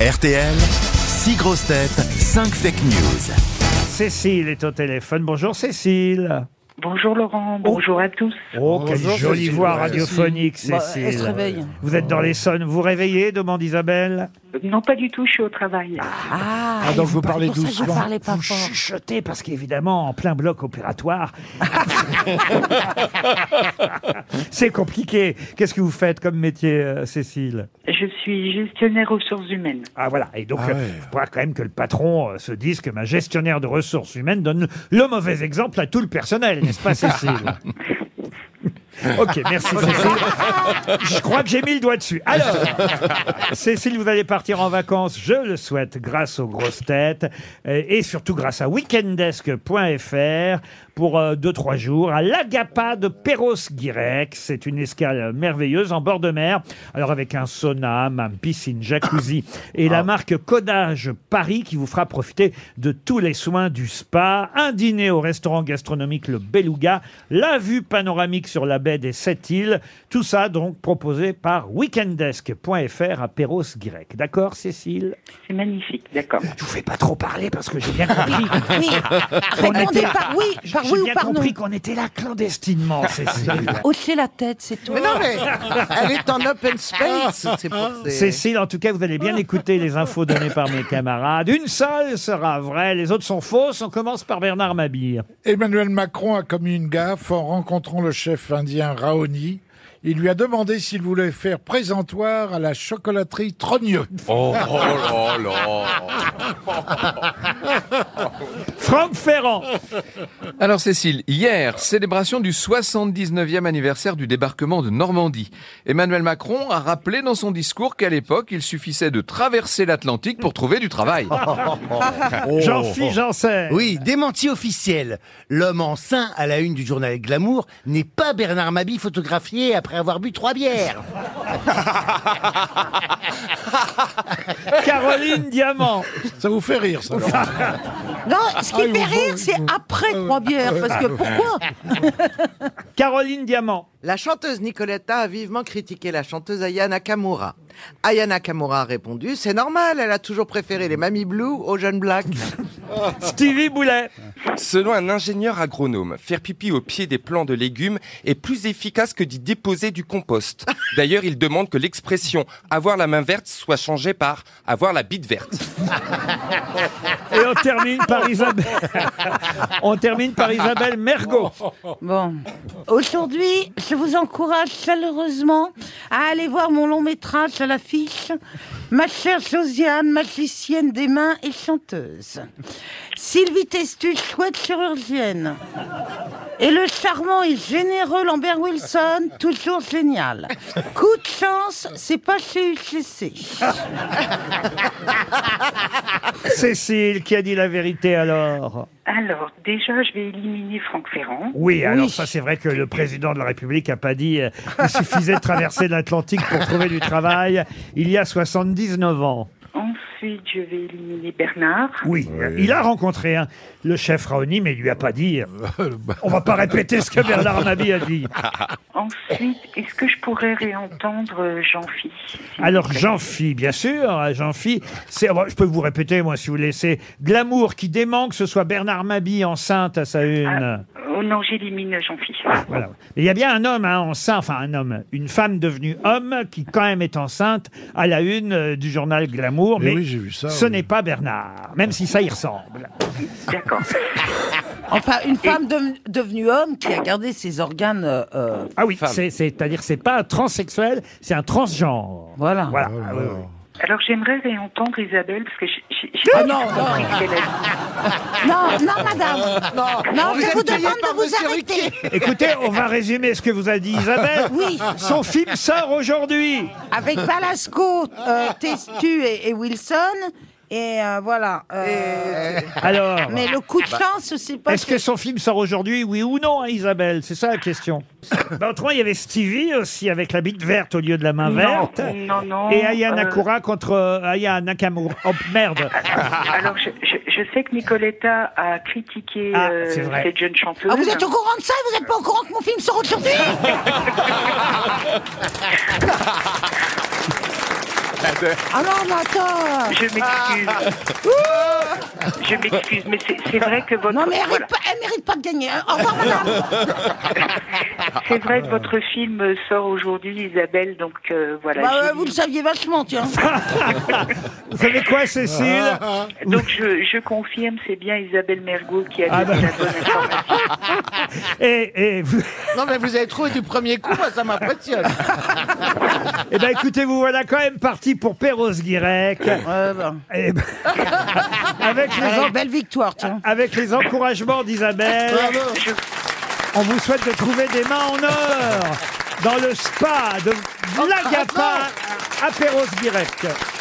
RTL, 6 grosses têtes, 5 fake news. Cécile est au téléphone. Bonjour Cécile. Bonjour Laurent, bonjour à tous. Oh, quelle Bonjour, jolie Cécile. voix Ouais, radiophonique, Bah, Cécile. elle se réveille. Vous êtes dans l'Essonne, vous vous réveillez demande Isabelle. Non, pas du tout, je suis au travail. Ah, Ah, et donc vous parlez pour ça que doucement. Vous parlez pas vous fort. chuchotez parce qu'évidemment, en plein bloc opératoire. C'est compliqué. Qu'est-ce que vous faites comme métier, euh, Cécile Je suis gestionnaire ressources humaines. Ah voilà, et donc Ah euh, ouais. il faudra quand même que le patron euh, se dise que ma gestionnaire de ressources humaines donne le mauvais exemple à tout le personnel, n'est-ce pas Cécile Ok, merci Cécile. Je crois que j'ai mis le doigt dessus. Alors, Cécile, vous allez partir en vacances, je le souhaite, grâce aux grosses têtes euh, et surtout grâce à weekendesk.fr pour 2-3 jours à l'Agapa de Perros-Guirec. C'est une escale merveilleuse en bord de mer. Alors, avec un sauna, hammam, piscine, jacuzzi et la marque Codage Paris qui vous fera profiter de tous les soins du spa. Un dîner au restaurant gastronomique Le Beluga, la vue panoramique sur la baie des Sept Îles. Tout ça donc proposé par weekendesk.fr à Perros-Guirec. D'accord, Cécile C'est magnifique, d'accord. Je vous fais pas trop parler parce que j'ai bien compris. Oui, répondez par oui, bah, J'ai par oui ou bien par non. compris qu'on était là clandestinement, Cécile. Hochez la tête, c'est tout. Mais non, mais elle est en open space. C'est pour Ah, c'est- Cécile, en tout cas, vous allez bien écouter les infos données par mes camarades. Une seule sera vraie, les autres sont fausses. On commence par Bernard Mabille. Emmanuel Macron a commis une gaffe en rencontrant le chef indien Raoni. Il lui a demandé s'il voulait faire présentoir à la chocolaterie Trogneux. Franck Ferrand. Alors Cécile, hier, célébration du 79e anniversaire du débarquement de Normandie. Emmanuel Macron a rappelé dans son discours qu'à l'époque, il suffisait de traverser l'Atlantique pour trouver du travail. Jean-Philippe Janssen. Oh. Oui, démenti officiel. L'homme enceint à la une du journal Glamour n'est pas Bernard Mabille photographié après avoir bu trois bières. Caroline Diamant. Ça vous fait rire, ça Laurent Non, ce qui Ah, ils fait vous font- rire, ils c'est vous- après trois bières, parce que pourquoi Caroline Diamant. La chanteuse Nicoletta a vivement critiqué la chanteuse Aya Nakamura. Aya Nakamura a répondu C'est normal, elle a toujours préféré les mamies blue aux jeunes blacks. Stevie Boulet. Selon un ingénieur agronome, faire pipi au pied des plants de légumes est plus efficace que d'y déposer du compost. D'ailleurs, il demande que l'expression avoir la main verte soit changée par avoir la bite verte. Et on termine par Isabelle. on termine par Isabelle Mergot. Bon. Aujourd'hui, je vous encourage chaleureusement à aller voir mon long métrage à l'affiche. Ma chère Josiane, magicienne des mains et chanteuse. Sylvie Testus, chouette chirurgienne. Et le charmant et généreux Lambert Wilson, toujours génial. Coup de chance, c'est pas chez UCC. Cécile, qui a dit la vérité alors Alors, déjà, je vais éliminer Franck Ferrand. Oh. Oui, alors ça, c'est vrai que le président de la République a pas dit euh, il suffisait de traverser l'Atlantique pour trouver du travail il y a 79 ans. Ensuite, je vais éliminer Oh. Bernard. Oui, il a rencontré hein, le chef Raoni, mais il lui a pas dit. euh, on va pas répéter ce que Bernard Mabie a dit. Ensuite, est-ce que je pourrais réentendre euh, Jean-Phi Alors Jean-Phi, bien sûr, hein, Jean-Phi, c'est, bon, je peux vous répéter moi si vous voulez, c'est de l'amour qui dément que ce soit Bernard Mabie enceinte à sa une. Oh non, j'élimine Jean-Phi. Voilà. Et Il y a bien un homme hein, enceinte, enfin un homme, une femme devenue homme qui quand même est enceinte à la une euh, du journal Glamour, mais, Mais Eh oui, j'ai vu ça, ce oui. n'est pas Bernard, même si ça y ressemble. D'accord. Enfin, une Femme de- devenue homme qui a gardé ses organes. euh, euh, Ah oui, Femme. c'est, c'est- à dire c'est pas un transsexuel, c'est un transgenre. voilà. Voilà. Oh là Ah là. oui, oui. Alors, j'aimerais réentendre Isabelle, parce que j'ai- j'ai j'ai pas Ah non, compris ce qu'elle a dit. Non, non, madame. Non, Non, on je vous êtes payés demande par de vous Monsieur arrêter. Ruquier. Écoutez, on va résumer ce que vous a dit Isabelle. Oui. Son film sort aujourd'hui. Avec Balasco, euh, Testu et, et Wilson. Et euh, voilà. euh, Alors. Mais le coup de chance, c'est pas. Ah bah. Est-ce que son film sort aujourd'hui, oui ou non, hein, Isabelle C'est ça la question. ben, autrement, il y avait Stevie aussi avec la bite verte au lieu de la main Non, verte. non, non, Et Aya euh, Nakamura contre euh, Aya Nakamura. Oh merde Alors, je, je, je sais que Nicoletta a critiqué Ah, euh, c'est vrai. cette jeune chanteuse. Ah, vous êtes au courant de ça Vous n'êtes pas au courant que mon film sort aujourd'hui Ah non, mais attends Je m'excuse. Je m'excuse, mais c'est c'est vrai que votre... Ah. Non, mais elle voilà. mérite, pas, elle mérite pas de gagner. hein. Au revoir, madame. C'est vrai que votre film sort aujourd'hui, Isabelle, donc euh, voilà. Bah, j'ai- euh, vous le saviez vachement, tiens. Vous savez quoi, Cécile Donc je, je confirme, c'est bien Isabelle Mergot qui a Ah, donné bah. la bonne information. et, et vous- Non, mais vous avez trouvé du premier coup, moi, ça m'impressionne. eh ben, écoutez, vous voilà quand même parti pour Perros-Guirec. Ouais, bah. Eh ben, avec, les Ouais, en- belle victoire, tiens. avec les encouragements d'Isabelle, on vous souhaite de trouver des mains en or dans le spa de Lagapa à Perros-Guirec.